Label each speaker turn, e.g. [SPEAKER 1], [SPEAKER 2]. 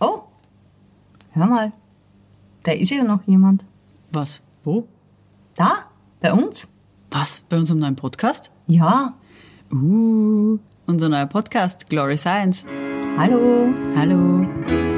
[SPEAKER 1] Oh, Hör mal, da ist ja noch jemand.
[SPEAKER 2] Was? Wo?
[SPEAKER 1] Da, bei uns?
[SPEAKER 2] Was? Bei unserem neuen Podcast?
[SPEAKER 1] Ja.
[SPEAKER 2] Uh, unser neuer Podcast, Glory Science.
[SPEAKER 1] Hallo.
[SPEAKER 2] Hallo.